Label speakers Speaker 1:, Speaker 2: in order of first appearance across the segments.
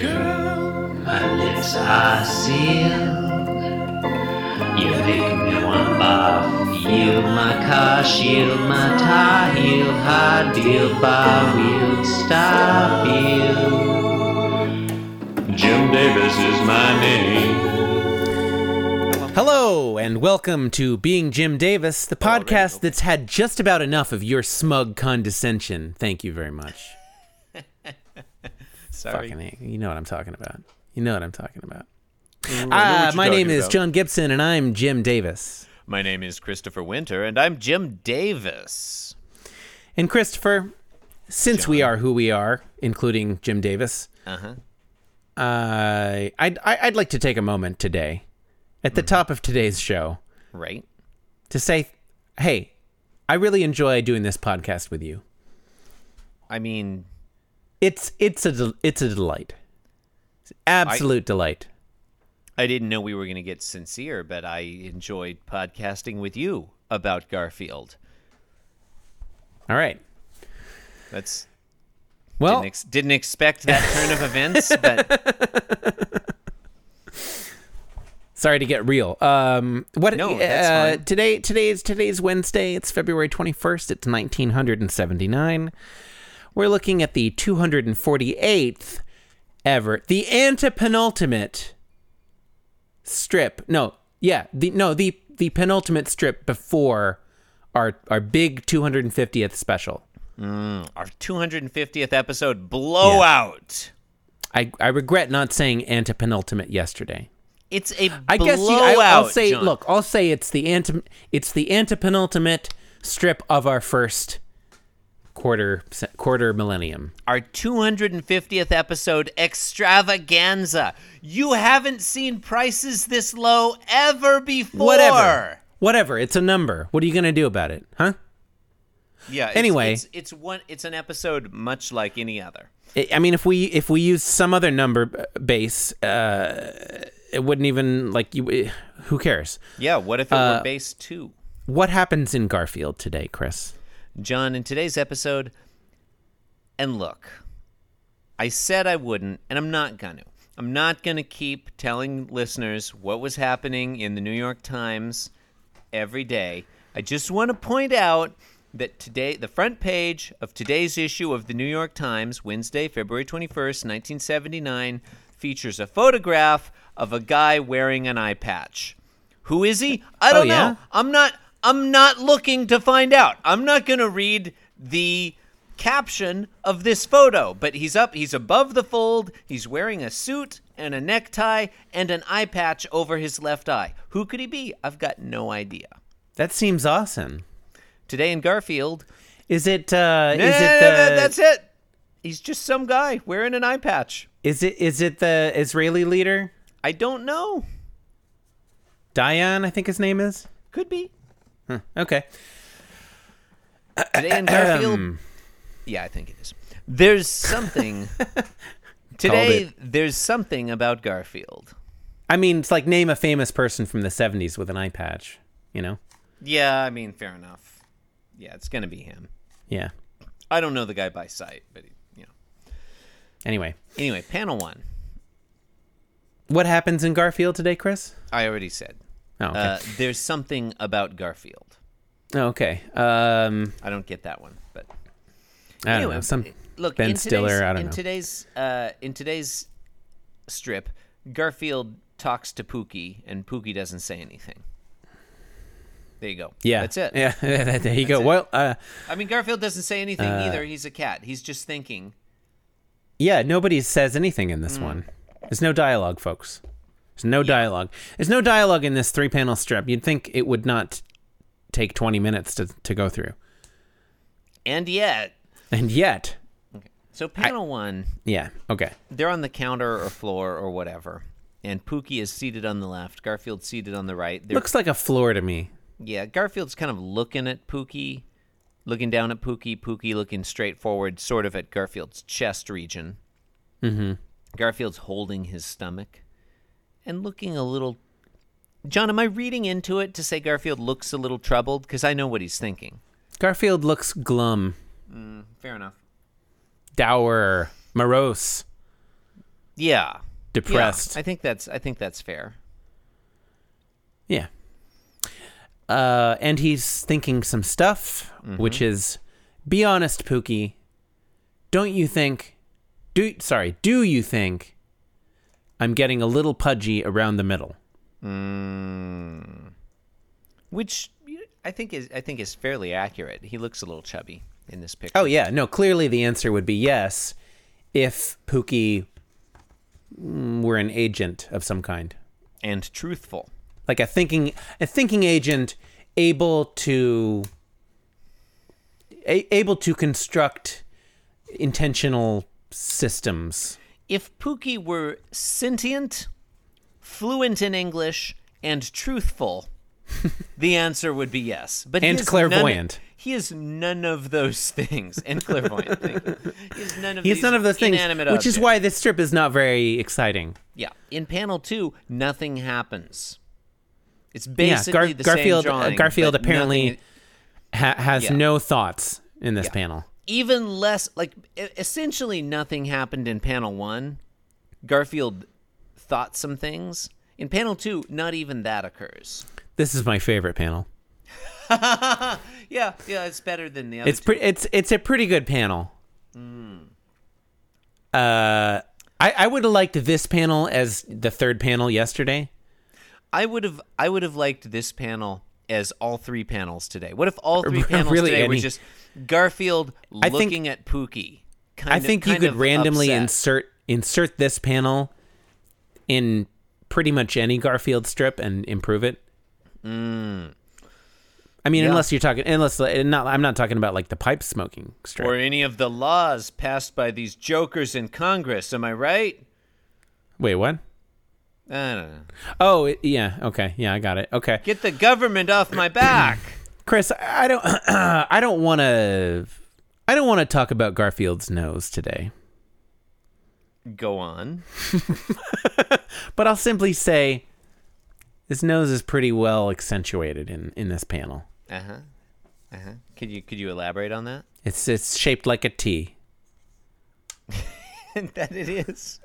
Speaker 1: Girl, my lips are sealed. You make me want bath. Yield my car, shield my tie, heel, high deal, bar wheel, stop heel. Jim Davis is my name.
Speaker 2: Hello, and welcome to Being Jim Davis, the podcast that's had just about enough of your smug condescension. Thank you very much.
Speaker 3: Sorry.
Speaker 2: Fucking A. You know what I'm talking about. You know what I'm talking about.
Speaker 3: what
Speaker 2: Uh,
Speaker 3: you're
Speaker 2: my name
Speaker 3: talking
Speaker 2: is
Speaker 3: about.
Speaker 2: John Gibson, and I'm Jim Davis.
Speaker 3: My name is Christopher Winter, and I'm Jim Davis.
Speaker 2: And Christopher, since we are who we are, including Jim Davis,
Speaker 3: Uh-huh.
Speaker 2: I, I'd, I- I'd like to take a moment today, at
Speaker 3: Mm-hmm.
Speaker 2: the top of today's show,
Speaker 3: Right?
Speaker 2: to say, hey, I really enjoy doing this podcast with you.
Speaker 3: I mean,
Speaker 2: It's it's a del- it's a delight. It's absolute delight.
Speaker 3: I didn't know we were going to get sincere, but I enjoyed podcasting with you about Garfield.
Speaker 2: All right.
Speaker 3: That's
Speaker 2: Well,
Speaker 3: didn't, ex- didn't expect that turn of events, but
Speaker 2: sorry to get real. Um what
Speaker 3: No, that's
Speaker 2: uh,
Speaker 3: fine.
Speaker 2: today today is today's Wednesday. It's February 21st. It's 1979. We're looking at the 248th ever the antepenultimate strip. No, yeah, the no, the the penultimate strip before our our big 250th special.
Speaker 3: our 250th episode blowout.
Speaker 2: I, I regret not saying antepenultimate yesterday.
Speaker 3: It's a
Speaker 2: I
Speaker 3: blowout.
Speaker 2: guess you, I, I'll say
Speaker 3: John.
Speaker 2: look, I'll say it's the ante it's the antepenultimate strip of our first quarter se- quarter millennium.
Speaker 3: our 250th episode extravaganza. You haven't seen prices this low ever before.
Speaker 2: Whatever. Whatever, it's a number. What are you going to do about it? Huh?
Speaker 3: Yeah. it's-
Speaker 2: Anyway.
Speaker 3: it's, it's one. It's an episode much like any other.
Speaker 2: I- I mean if we if we use some other number b- base uh it wouldn't even like you eh, who cares?
Speaker 3: Yeah. What if it were base two,
Speaker 2: What happens in Garfield today, Chris?
Speaker 3: John? In today's episode, and look, I said I wouldn't, and I'm not gonna. I'm not gonna keep telling listeners what was happening in the New York Times every day. I just want to point out that today, the front page of today's issue of the New York Times, Wednesday, February 21st, 1979, features a photograph of a guy wearing an eye patch. Who is he? I don't
Speaker 2: yeah?
Speaker 3: know. I'm not I'm not looking to find out. I'm not going to read the caption of this photo, but he's up, he's above the fold, he's wearing a suit and a necktie and an eye patch over his left eye. Who could he be? I've got no idea.
Speaker 2: That seems awesome.
Speaker 3: Today in Garfield,
Speaker 2: Is it uh
Speaker 3: no,
Speaker 2: is
Speaker 3: no,
Speaker 2: it
Speaker 3: no,
Speaker 2: the
Speaker 3: no, that's it. He's just some guy wearing an eye patch.
Speaker 2: Is it is it the Israeli leader
Speaker 3: I don't know.
Speaker 2: Dion? I think his name is.
Speaker 3: Could be.
Speaker 2: Okay.
Speaker 3: Today in Garfield. yeah, I think it is. There's something. today, there's something about Garfield.
Speaker 2: I mean, it's like name a famous person from the '70s with an eye patch. You know?
Speaker 3: Yeah, I mean, fair enough. Yeah, it's going to be him.
Speaker 2: Yeah.
Speaker 3: I don't know the guy by sight, but, you know.
Speaker 2: Anyway,
Speaker 3: Anyway, panel one.
Speaker 2: what happens in Garfield today, Chris?
Speaker 3: I already said.
Speaker 2: Oh, okay.
Speaker 3: Uh, there's something about Garfield.
Speaker 2: oh, okay. Um,
Speaker 3: I don't get that one, but
Speaker 2: I don't
Speaker 3: Anyway,
Speaker 2: know. Some
Speaker 3: it- look
Speaker 2: Ben
Speaker 3: in
Speaker 2: Stiller,
Speaker 3: today's-
Speaker 2: I don't
Speaker 3: in
Speaker 2: know.
Speaker 3: today's uh, in today's strip, Garfield talks to Pookie, and Pookie doesn't say anything. There you go.
Speaker 2: yeah.
Speaker 3: that's it.
Speaker 2: Yeah. there you go.
Speaker 3: it.
Speaker 2: Well, uh,
Speaker 3: I mean, Garfield doesn't say anything either. He's a cat. He's just thinking.
Speaker 2: yeah. Nobody says anything in
Speaker 3: Mm.
Speaker 2: this one. There's no dialogue, folks. There's no dialogue. There's no dialogue in this three-panel strip. You'd think it would not take 20 minutes to to go through,
Speaker 3: And yet,
Speaker 2: and yet,
Speaker 3: so panel one,
Speaker 2: yeah. Okay.
Speaker 3: they're on the counter or floor or whatever, and Pookie is seated on the left. Garfield's seated on the right. They're
Speaker 2: Looks like a floor to me.
Speaker 3: Yeah, Garfield's kind of looking at Pookie, looking down at Pookie, Pookie looking straight forward, sort of at Garfield's chest region. Mm-hmm. Garfield's holding his stomach and looking a little. John, am I reading into it to say Garfield looks a little troubled? Because I know what he's thinking.
Speaker 2: Garfield looks glum,
Speaker 3: Fair enough.
Speaker 2: dour, morose.
Speaker 3: Yeah.
Speaker 2: depressed.
Speaker 3: Yeah. I think that's I think that's fair.
Speaker 2: Yeah. Uh, and he's thinking some stuff, which is, be honest, Pookie. Don't you think? Do sorry, do you think? I'm getting a little pudgy around the middle.
Speaker 3: Which I think is I think is fairly accurate. He looks a little chubby in this picture.
Speaker 2: Oh yeah, no. Clearly, the answer would be yes, if Pookie mm, were an agent of some kind,
Speaker 3: And truthful.
Speaker 2: like a thinking a thinking agent able to a, able to construct intentional systems.
Speaker 3: If Pookie were sentient, fluent in English, and truthful, the answer would be yes. But he
Speaker 2: And
Speaker 3: is none-
Speaker 2: clairvoyant.
Speaker 3: he is none of those things. And clairvoyant. thank you. He is none of
Speaker 2: He's
Speaker 3: these
Speaker 2: none of those things,
Speaker 3: inanimate
Speaker 2: which is
Speaker 3: objects.
Speaker 2: why this strip is not very exciting.
Speaker 3: Yeah. In panel two, nothing happens. It's
Speaker 2: Yeah,
Speaker 3: basically
Speaker 2: Gar-
Speaker 3: the
Speaker 2: Garfield.
Speaker 3: same
Speaker 2: uh,
Speaker 3: drawing.
Speaker 2: Garfield
Speaker 3: but
Speaker 2: apparently
Speaker 3: nothing-
Speaker 2: ha- has
Speaker 3: Yeah.
Speaker 2: no thoughts in this panel.
Speaker 3: even less like e- essentially nothing happened in panel one. Garfield thought some things. In panel two, not even that occurs.
Speaker 2: This is my favorite panel.
Speaker 3: Yeah, yeah, it's better than the other.
Speaker 2: It's pretty. It's it's a pretty good panel.
Speaker 3: Hmm.
Speaker 2: Uh, I I would have liked this panel as the third panel yesterday.
Speaker 3: I would have I would have liked this panel as all three panels today. What if all three
Speaker 2: Really,
Speaker 3: panels today were
Speaker 2: any-
Speaker 3: just Garfield
Speaker 2: I think-
Speaker 3: looking at Pookie? Kind
Speaker 2: I
Speaker 3: of-
Speaker 2: think you
Speaker 3: kind
Speaker 2: could
Speaker 3: of
Speaker 2: randomly
Speaker 3: upset.
Speaker 2: insert insert this panel in pretty much any Garfield strip and improve it. I mean,
Speaker 3: Mm. Yeah.
Speaker 2: unless you're talking, unless uh, not, I'm not talking about like the pipe smoking strip.
Speaker 3: or any of the laws passed by these jokers in Congress. Am I right?
Speaker 2: Wait, what?
Speaker 3: I don't know.
Speaker 2: Oh, it, yeah. Okay, yeah, I got it. Okay,
Speaker 3: Get the government off my back.
Speaker 2: Chris, I I don't, I don't want to, I don't want to talk about Garfield's nose today.
Speaker 3: Go on.
Speaker 2: But I'll simply say, his nose is pretty well accentuated in in this panel.
Speaker 3: Uh huh. Uh huh. Could you could you elaborate on that?
Speaker 2: It's it's shaped like a T.
Speaker 3: that it is.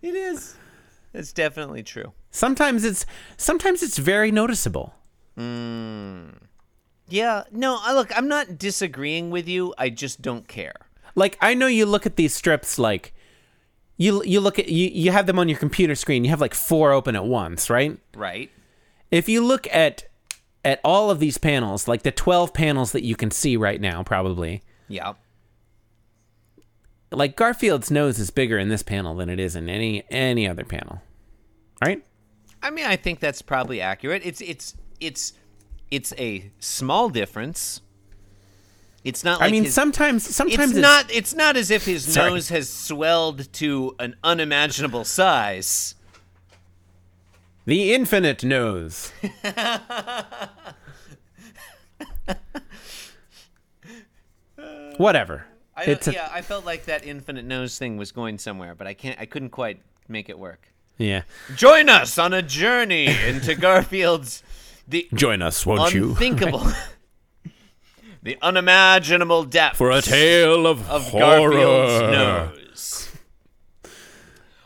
Speaker 3: It is. It's definitely true.
Speaker 2: Sometimes it's sometimes it's very noticeable.
Speaker 3: Yeah. No. I look. I'm not disagreeing with you. I just don't care.
Speaker 2: Like I know you look at these strips like you you look at you you have them on your computer screen. You have like four open at once, right?
Speaker 3: Right.
Speaker 2: If you look at at all of these panels, like the 12 panels that you can see right now probably.
Speaker 3: Yeah.
Speaker 2: Like Garfield's nose is bigger in this panel than it is in any any other panel. Right?
Speaker 3: I mean, I think that's probably accurate. It's it's it's it's a small difference. It's not. Like
Speaker 2: I mean
Speaker 3: his-
Speaker 2: sometimes sometimes
Speaker 3: it's not. It's not as if his
Speaker 2: Sorry.
Speaker 3: nose has swelled to an unimaginable size.
Speaker 2: the infinite nose. Whatever.
Speaker 3: I don't,
Speaker 2: it's a
Speaker 3: yeah, I felt like that infinite nose thing was going somewhere, but I can't. I couldn't quite make it work.
Speaker 2: Yeah.
Speaker 3: Join us on a journey into Garfield's the
Speaker 2: Join us, won't
Speaker 3: unthinkable, the unimaginable depth
Speaker 2: tale of,
Speaker 3: of Garfield's nose.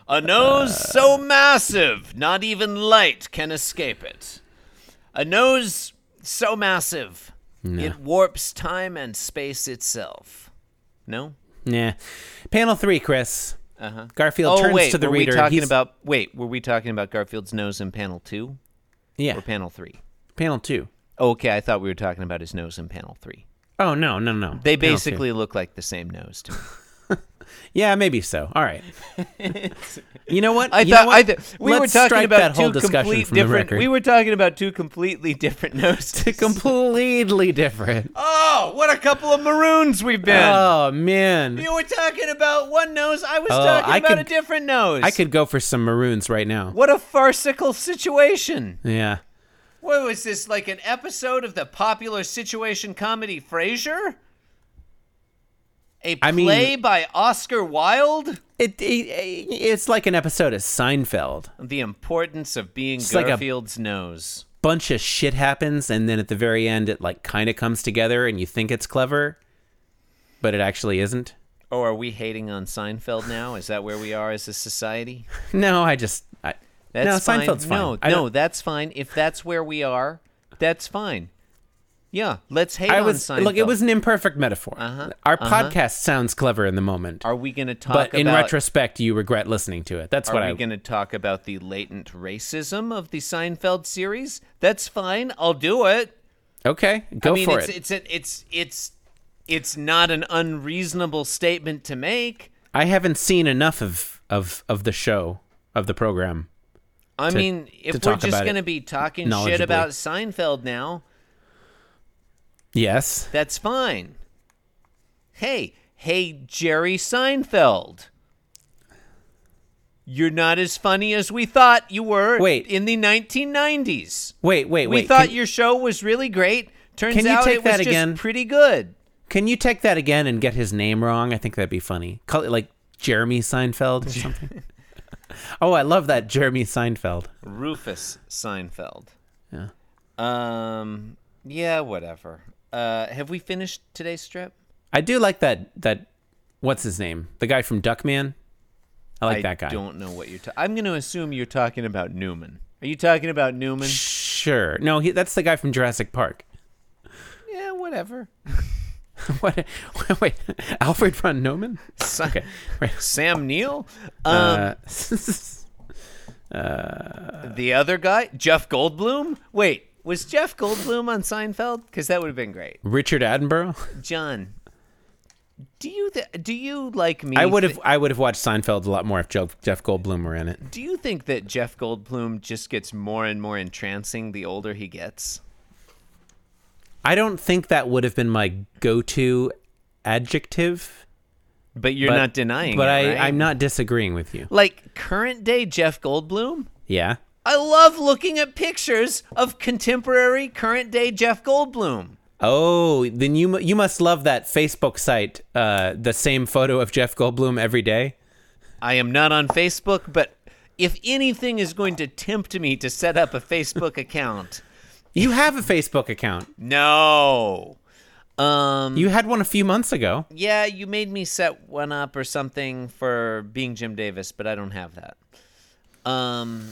Speaker 3: A nose so massive, not even light can escape it. A nose so massive, it warps time and space itself. No.
Speaker 2: Yeah. Panel three, Chris.
Speaker 3: Uh-huh.
Speaker 2: Garfield turns
Speaker 3: wait,
Speaker 2: to the
Speaker 3: were
Speaker 2: reader.
Speaker 3: we talking
Speaker 2: He's-
Speaker 3: about wait, were we talking about Garfield's nose in panel 2
Speaker 2: yeah,
Speaker 3: or panel 3?
Speaker 2: panel two.
Speaker 3: Okay, I thought we were talking about his nose in panel 3.
Speaker 2: Oh no, no, no. Panel two.
Speaker 3: They basically look like the same nose to me.
Speaker 2: yeah, maybe so. All right. you know what?
Speaker 3: I
Speaker 2: You know
Speaker 3: thought
Speaker 2: what?
Speaker 3: I th- we
Speaker 2: Let's
Speaker 3: were talking
Speaker 2: strike
Speaker 3: about
Speaker 2: that whole
Speaker 3: two
Speaker 2: discussion
Speaker 3: complete
Speaker 2: from the
Speaker 3: different
Speaker 2: record.
Speaker 3: We were talking about two completely different noses.
Speaker 2: completely different.
Speaker 3: oh, what a couple of maroons we've been.
Speaker 2: Oh man,
Speaker 3: you were talking about one nose, I was
Speaker 2: Oh,
Speaker 3: talking
Speaker 2: I
Speaker 3: about
Speaker 2: could-
Speaker 3: a different nose.
Speaker 2: I could go for some maroons right now.
Speaker 3: What a farcical situation.
Speaker 2: Yeah.
Speaker 3: What was this like an episode of the popular situation comedy Frasier? A play
Speaker 2: I mean-
Speaker 3: by Oscar Wilde?
Speaker 2: It, it it's like an episode of Seinfeld.
Speaker 3: The importance of being
Speaker 2: like a-
Speaker 3: Garfield's nose.
Speaker 2: bunch of shit happens and then at the very end it like kind of comes together and you think it's clever but it actually isn't
Speaker 3: Oh, are we hating on Seinfeld now? Is that where we are as a society?
Speaker 2: No, I just. I,
Speaker 3: That's
Speaker 2: no,
Speaker 3: fine.
Speaker 2: Seinfeld's fine.
Speaker 3: No,
Speaker 2: I
Speaker 3: no,
Speaker 2: don't-
Speaker 3: that's fine. If that's where we are, that's fine. Yeah, let's hate
Speaker 2: I
Speaker 3: on
Speaker 2: was
Speaker 3: Seinfeld.
Speaker 2: look. It was an imperfect metaphor.
Speaker 3: Uh-huh,
Speaker 2: Our
Speaker 3: uh-huh.
Speaker 2: podcast sounds clever in the moment,
Speaker 3: Are we going to talk?
Speaker 2: but in
Speaker 3: about,
Speaker 2: retrospect, you regret listening to it. That's
Speaker 3: are
Speaker 2: what
Speaker 3: we
Speaker 2: I.
Speaker 3: going to talk about the latent racism of the Seinfeld series? That's fine. I'll do it.
Speaker 2: okay, go
Speaker 3: I mean,
Speaker 2: for
Speaker 3: it's,
Speaker 2: it.
Speaker 3: It's a, it's it's it's not an unreasonable statement to make.
Speaker 2: I haven't seen enough of of of the show of the program.
Speaker 3: I mean, if
Speaker 2: to
Speaker 3: we're
Speaker 2: talk
Speaker 3: just
Speaker 2: about it
Speaker 3: going to be talking shit
Speaker 2: knowledgeably.
Speaker 3: about Seinfeld now,
Speaker 2: Yes,
Speaker 3: That's fine. Hey, hey, Jerry Seinfeld. You're not as funny as we thought you were
Speaker 2: Wait.
Speaker 3: in the 1990s.
Speaker 2: Wait, wait,
Speaker 3: We
Speaker 2: wait.
Speaker 3: thought
Speaker 2: Can-
Speaker 3: your show was really great. Turns
Speaker 2: Can you
Speaker 3: out
Speaker 2: take
Speaker 3: it was
Speaker 2: that
Speaker 3: just
Speaker 2: again?
Speaker 3: pretty good.
Speaker 2: Can you take that again and get his name wrong? I think that'd be funny. Call it like Jeremy Seinfeld or something. oh, I love that Jeremy Seinfeld.
Speaker 3: Rufus Seinfeld. Yeah. Um yeah, whatever. Uh have we finished today's strip?
Speaker 2: I do like that that what's his name? The guy from Duckman? I like
Speaker 3: I
Speaker 2: that guy.
Speaker 3: don't know what you're ta- I'm going to assume you're talking about Newman. Are you talking about Newman?
Speaker 2: Sure. No, he, that's the guy from Jurassic Park.
Speaker 3: yeah, whatever.
Speaker 2: what wait, Alfred von Neumann?
Speaker 3: Si-
Speaker 2: Okay. Right.
Speaker 3: Sam Neill, um,
Speaker 2: Uh,
Speaker 3: the other guy, Jeff Goldblum. Wait, was Jeff Goldblum on Seinfeld? Because that would have been great.
Speaker 2: Richard Attenborough?
Speaker 3: John, do you th- do you like me?
Speaker 2: I would have
Speaker 3: thi-
Speaker 2: I would have watched Seinfeld a lot more if Jeff, Jeff Goldblum were in it.
Speaker 3: do you think that Jeff Goldblum just gets more and more entrancing the older he gets?
Speaker 2: I don't think that would have been my go-to adjective.
Speaker 3: But you're
Speaker 2: But-
Speaker 3: not denying.
Speaker 2: but
Speaker 3: it,
Speaker 2: I,
Speaker 3: right?
Speaker 2: I'm not disagreeing with you.
Speaker 3: Like current day Jeff Goldblum.
Speaker 2: Yeah.
Speaker 3: I love looking at pictures of contemporary current day Jeff Goldblum.
Speaker 2: Oh, then you mu- you must love that Facebook site. Uh, the same photo of Jeff Goldblum every day.
Speaker 3: I am not on Facebook, but if anything is going to tempt me to set up a Facebook account,
Speaker 2: You have a Facebook account.
Speaker 3: no. Um
Speaker 2: You had one a few months ago.
Speaker 3: yeah, you made me set one up or something for being Jim Davis, but I don't have that. Um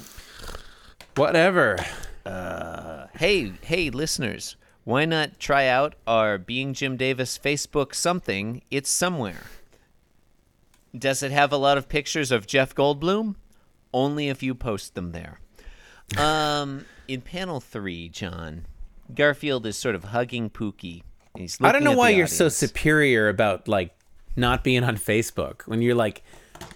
Speaker 2: Whatever.
Speaker 3: hey, hey listeners, why not try out our Being Jim Davis Facebook something? It's somewhere. Does it have a lot of pictures of Jeff Goldblum? Only if you post them there. Um, in panel three, John, Garfield is sort of hugging Pookie. and He's
Speaker 2: I don't
Speaker 3: looking
Speaker 2: know
Speaker 3: at
Speaker 2: why
Speaker 3: the
Speaker 2: you're so
Speaker 3: audience.
Speaker 2: superior about like not being on Facebook when you're like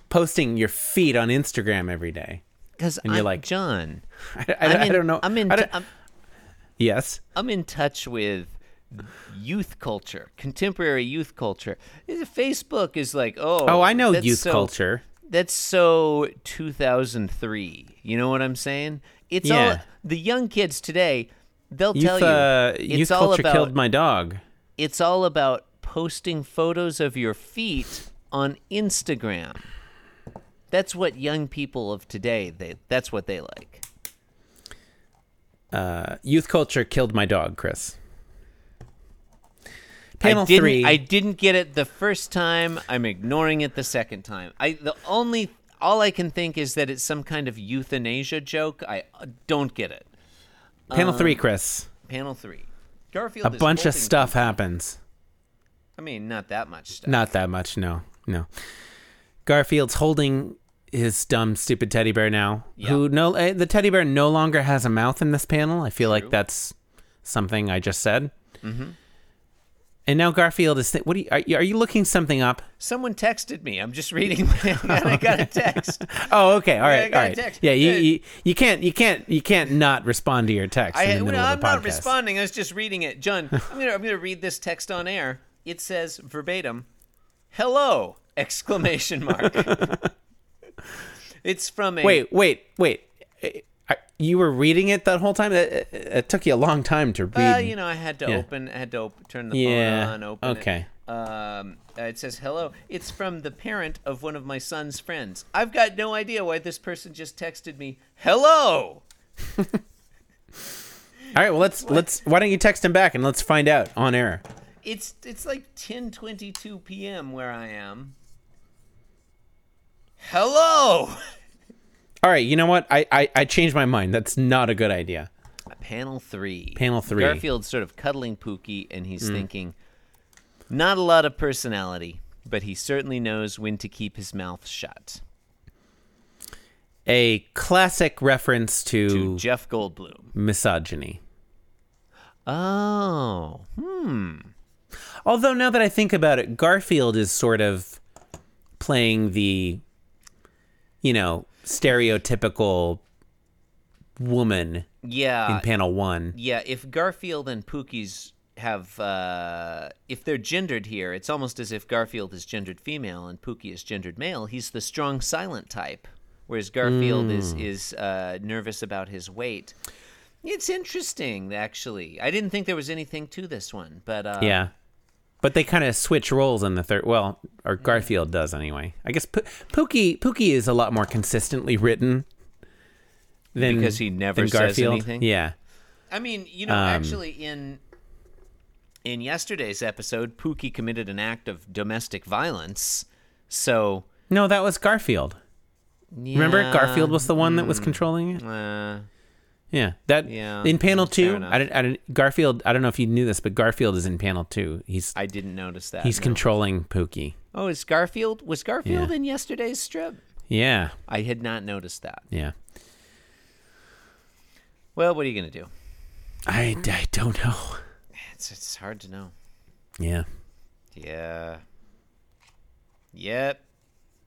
Speaker 2: posting your feet on Instagram every day.
Speaker 3: Because
Speaker 2: and you're
Speaker 3: I'm
Speaker 2: like,
Speaker 3: John.
Speaker 2: I, I-
Speaker 3: I'm
Speaker 2: I
Speaker 3: in-
Speaker 2: don't know.
Speaker 3: I'm in.
Speaker 2: I
Speaker 3: t-
Speaker 2: don't-
Speaker 3: I'm,
Speaker 2: yes.
Speaker 3: I'm in touch with youth culture, contemporary youth culture. Facebook is like, oh,
Speaker 2: Oh, I know
Speaker 3: that's
Speaker 2: youth
Speaker 3: so-
Speaker 2: culture.
Speaker 3: That's so 2003. You know what I'm saying? It's all
Speaker 2: Yeah.
Speaker 3: the young kids today. They'll
Speaker 2: Youth,
Speaker 3: tell you
Speaker 2: uh,
Speaker 3: it's
Speaker 2: youth
Speaker 3: all
Speaker 2: culture
Speaker 3: about
Speaker 2: killed my dog.
Speaker 3: it's all about posting photos of your feet on Instagram. That's what young people of today they that's what they like.
Speaker 2: Youth culture killed my dog, Chris. Panel
Speaker 3: I didn't,
Speaker 2: three.
Speaker 3: I didn't get it the first time. I'm ignoring it the second time. I the only all I can think is that it's some kind of euthanasia joke. I uh, don't get it.
Speaker 2: panel three,
Speaker 3: um,
Speaker 2: Chris.
Speaker 3: Panel three. Garfield.
Speaker 2: A
Speaker 3: is
Speaker 2: bunch of
Speaker 3: holding-
Speaker 2: stuff happens.
Speaker 3: I mean, not that much stuff.
Speaker 2: Not that much, no, no. Garfield's holding his dumb, stupid teddy bear now. Who no? eh, The teddy bear no longer has a mouth in this panel. I feel like that's something I just said. Mm-hmm. And now Garfield is. Th- what are you, are you? Are you looking something up?
Speaker 3: Someone texted me. I'm just reading. My, I got a text.
Speaker 2: Oh, okay. All
Speaker 3: I
Speaker 2: right.
Speaker 3: got
Speaker 2: all
Speaker 3: a
Speaker 2: right.
Speaker 3: text.
Speaker 2: Yeah. You,
Speaker 3: Yeah.
Speaker 2: you you can't you can't you can't not respond to your text
Speaker 3: I,
Speaker 2: in the
Speaker 3: well,
Speaker 2: middle
Speaker 3: I'm
Speaker 2: of the podcast.
Speaker 3: not responding. I was just reading it. John, I'm gonna I'm gonna read this text on air. It says verbatim, "Hello!" Exclamation mark. it's from a
Speaker 2: Wait, wait, wait. Eh, I- You were reading it that whole time. It, it- it took you a long time to read.
Speaker 3: Well, uh, you know, I had to
Speaker 2: Yeah.
Speaker 3: open, I had to op- turn the
Speaker 2: Yeah,
Speaker 3: phone on, open it.
Speaker 2: okay.
Speaker 3: Um, uh, it says hello. It's from the parent of one of my son's friends. I've got no idea why this person just texted me hello.
Speaker 2: All right, well let's let's why don't you text him back and let's find out on air.
Speaker 3: It's it's like 10:22 p.m. where I am. Hello.
Speaker 2: All right, you know what? I, I, I changed my mind. That's not a good idea.
Speaker 3: Panel 3.
Speaker 2: Panel three. Mm.
Speaker 3: Garfield's sort of cuddling Pookie and he's thinking not a lot of personality, but he certainly knows when to keep his mouth shut.
Speaker 2: A classic reference
Speaker 3: To
Speaker 2: to
Speaker 3: Jeff Goldblum.
Speaker 2: misogyny.
Speaker 3: Oh. Hmm.
Speaker 2: Although now that I think about it, Garfield is sort of playing the, you know, stereotypical woman
Speaker 3: Yeah.
Speaker 2: in panel one.
Speaker 3: Yeah, if Garfield and Pookie's have uh, if they're gendered here, it's almost as if Garfield is gendered female and Pookie is gendered male. He's the strong, silent type, whereas Garfield is
Speaker 2: Hmm.
Speaker 3: is uh, nervous about his weight. It's interesting, actually. I didn't think there was anything to this one, but uh,
Speaker 2: Yeah. But they kind of switch roles in the third. Well, or Garfield does anyway. I guess P- Pookie Pookie is a lot more consistently written than
Speaker 3: Because he never
Speaker 2: than
Speaker 3: says
Speaker 2: Garfield.
Speaker 3: anything?
Speaker 2: Yeah. Um,
Speaker 3: I mean, you know, actually, in in yesterday's episode, Pookie committed an act of domestic violence. So
Speaker 2: No, that was Garfield. Remember,
Speaker 3: yeah, Mm.
Speaker 2: Garfield was the one that was controlling it.
Speaker 3: uh,
Speaker 2: Yeah, that
Speaker 3: Yeah,
Speaker 2: in panel
Speaker 3: that's fair
Speaker 2: two.
Speaker 3: enough.
Speaker 2: I didn't, I didn't, Garfield. I don't know if you knew this, but Garfield is in panel two. He's
Speaker 3: I didn't notice that.
Speaker 2: he's
Speaker 3: no.
Speaker 2: controlling Pookie.
Speaker 3: Oh, is Garfield was Garfield
Speaker 2: Yeah.
Speaker 3: in yesterday's strip?
Speaker 2: Yeah,
Speaker 3: I had not noticed that.
Speaker 2: yeah.
Speaker 3: Well, what are you gonna do?
Speaker 2: I, I don't know.
Speaker 3: It's it's hard to know.
Speaker 2: Yeah.
Speaker 3: Yeah. Yep,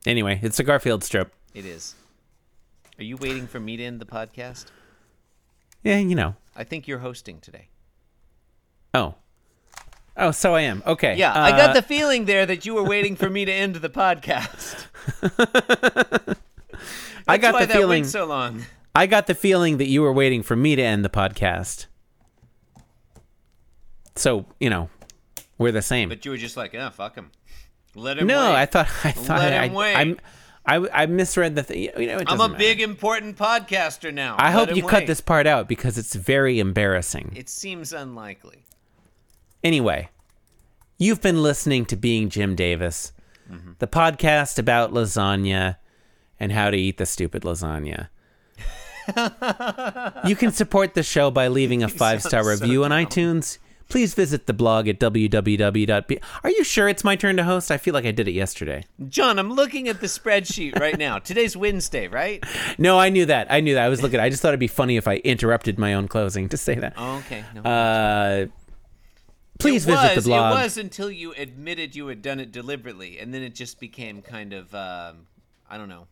Speaker 2: Anyway, it's a Garfield strip.
Speaker 3: it is. Are you waiting for me to end the podcast?
Speaker 2: Yeah, you know.
Speaker 3: I think you're hosting today.
Speaker 2: Oh, oh, so I am. Okay.
Speaker 3: Yeah, I got
Speaker 2: uh,
Speaker 3: the feeling there that you were waiting for me to end the podcast.
Speaker 2: I got
Speaker 3: That's why
Speaker 2: the
Speaker 3: that
Speaker 2: feeling.
Speaker 3: went so long.
Speaker 2: I got the feeling that you were waiting for me to end the podcast. So you know, we're the same.
Speaker 3: But you were just like, ah, fuck him. Let him.
Speaker 2: no,
Speaker 3: wait.
Speaker 2: I thought I thought
Speaker 3: Let
Speaker 2: I,
Speaker 3: him wait.
Speaker 2: I'm- I, I misread the thing. You know, it
Speaker 3: I'm a
Speaker 2: doesn't matter.
Speaker 3: big important podcaster now.
Speaker 2: I
Speaker 3: Let
Speaker 2: hope
Speaker 3: him
Speaker 2: you cut
Speaker 3: wait.
Speaker 2: this part out because it's very embarrassing.
Speaker 3: It seems unlikely.
Speaker 2: Anyway, you've been listening to Being Jim Davis,
Speaker 3: Mm-hmm.
Speaker 2: the podcast about lasagna and how to eat the stupid lasagna. you can support the show by leaving a five star
Speaker 3: sound so
Speaker 2: review on
Speaker 3: dumb.
Speaker 2: iTunes. Please visit the blog at www. Are you sure it's my turn to host? I feel like I did it yesterday.
Speaker 3: John, I'm looking at the spreadsheet right now. Today's Wednesday, right?
Speaker 2: No, I knew that. I knew that. I was looking. I just thought it'd be funny if I interrupted my own closing to say that.
Speaker 3: Oh, okay. No.
Speaker 2: Uh, please
Speaker 3: it
Speaker 2: visit the
Speaker 3: was,
Speaker 2: blog.
Speaker 3: It was until you admitted you had done it deliberately, and then it just became kind of, um, I don't know,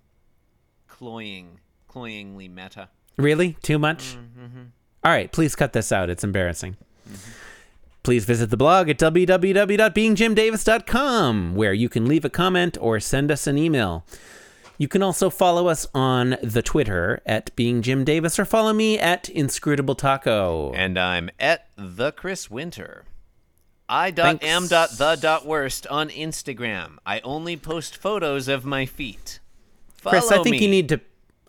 Speaker 3: cloying, cloyingly meta.
Speaker 2: Really? Too much?
Speaker 3: Mm-hmm.
Speaker 2: All right, please cut this out. It's embarrassing. Please visit the blog at www.beingjimdavis.com, where you can leave a comment or send us an email. You can also follow us on the Twitter at Being Jim Davis or follow me at Inscrutable Taco.
Speaker 3: And I'm at the Chris Winter. I dot am dot the dot worst on Instagram. I only post photos of my feet. Follow
Speaker 2: Chris, I think
Speaker 3: me.
Speaker 2: you need to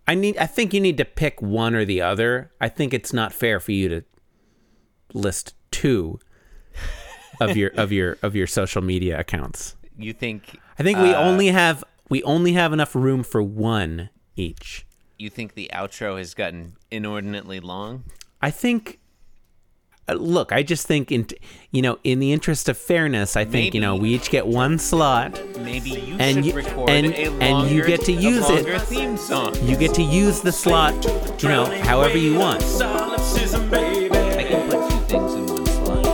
Speaker 2: I need I think you need to pick one or the other. I think it's not fair for you to list two of your of your of your social media accounts.
Speaker 3: You think
Speaker 2: I think
Speaker 3: Uh,
Speaker 2: we only have we only have enough room for one each.
Speaker 3: you think the outro has gotten inordinately long?
Speaker 2: I think. uh, Look, I just think in you know, in the interest of fairness, I think you know
Speaker 3: Maybe-
Speaker 2: we each get one slot.
Speaker 3: Maybe you
Speaker 2: And
Speaker 3: should
Speaker 2: you-
Speaker 3: record
Speaker 2: and-
Speaker 3: a longer,
Speaker 2: and you get to
Speaker 3: a
Speaker 2: use it.
Speaker 3: longer theme song.
Speaker 2: You get to use the slot, you know, however you want.
Speaker 4: Solipsism, baby.
Speaker 3: I can put two things in one slot.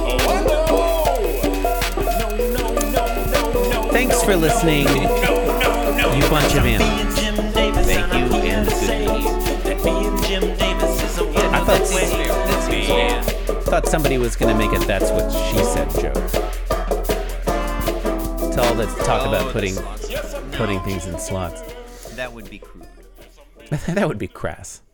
Speaker 2: Thanks for listening, you bunch of animals.
Speaker 4: Thank you, and good
Speaker 2: I thought-
Speaker 3: That's easier. That's easier.
Speaker 2: Thought somebody was gonna make it. That's what she said, joke. Tell all the talk
Speaker 3: Oh,
Speaker 2: about
Speaker 3: the
Speaker 2: putting
Speaker 3: slots.
Speaker 2: putting things in slots.
Speaker 3: That would be crude.
Speaker 2: that would be crass.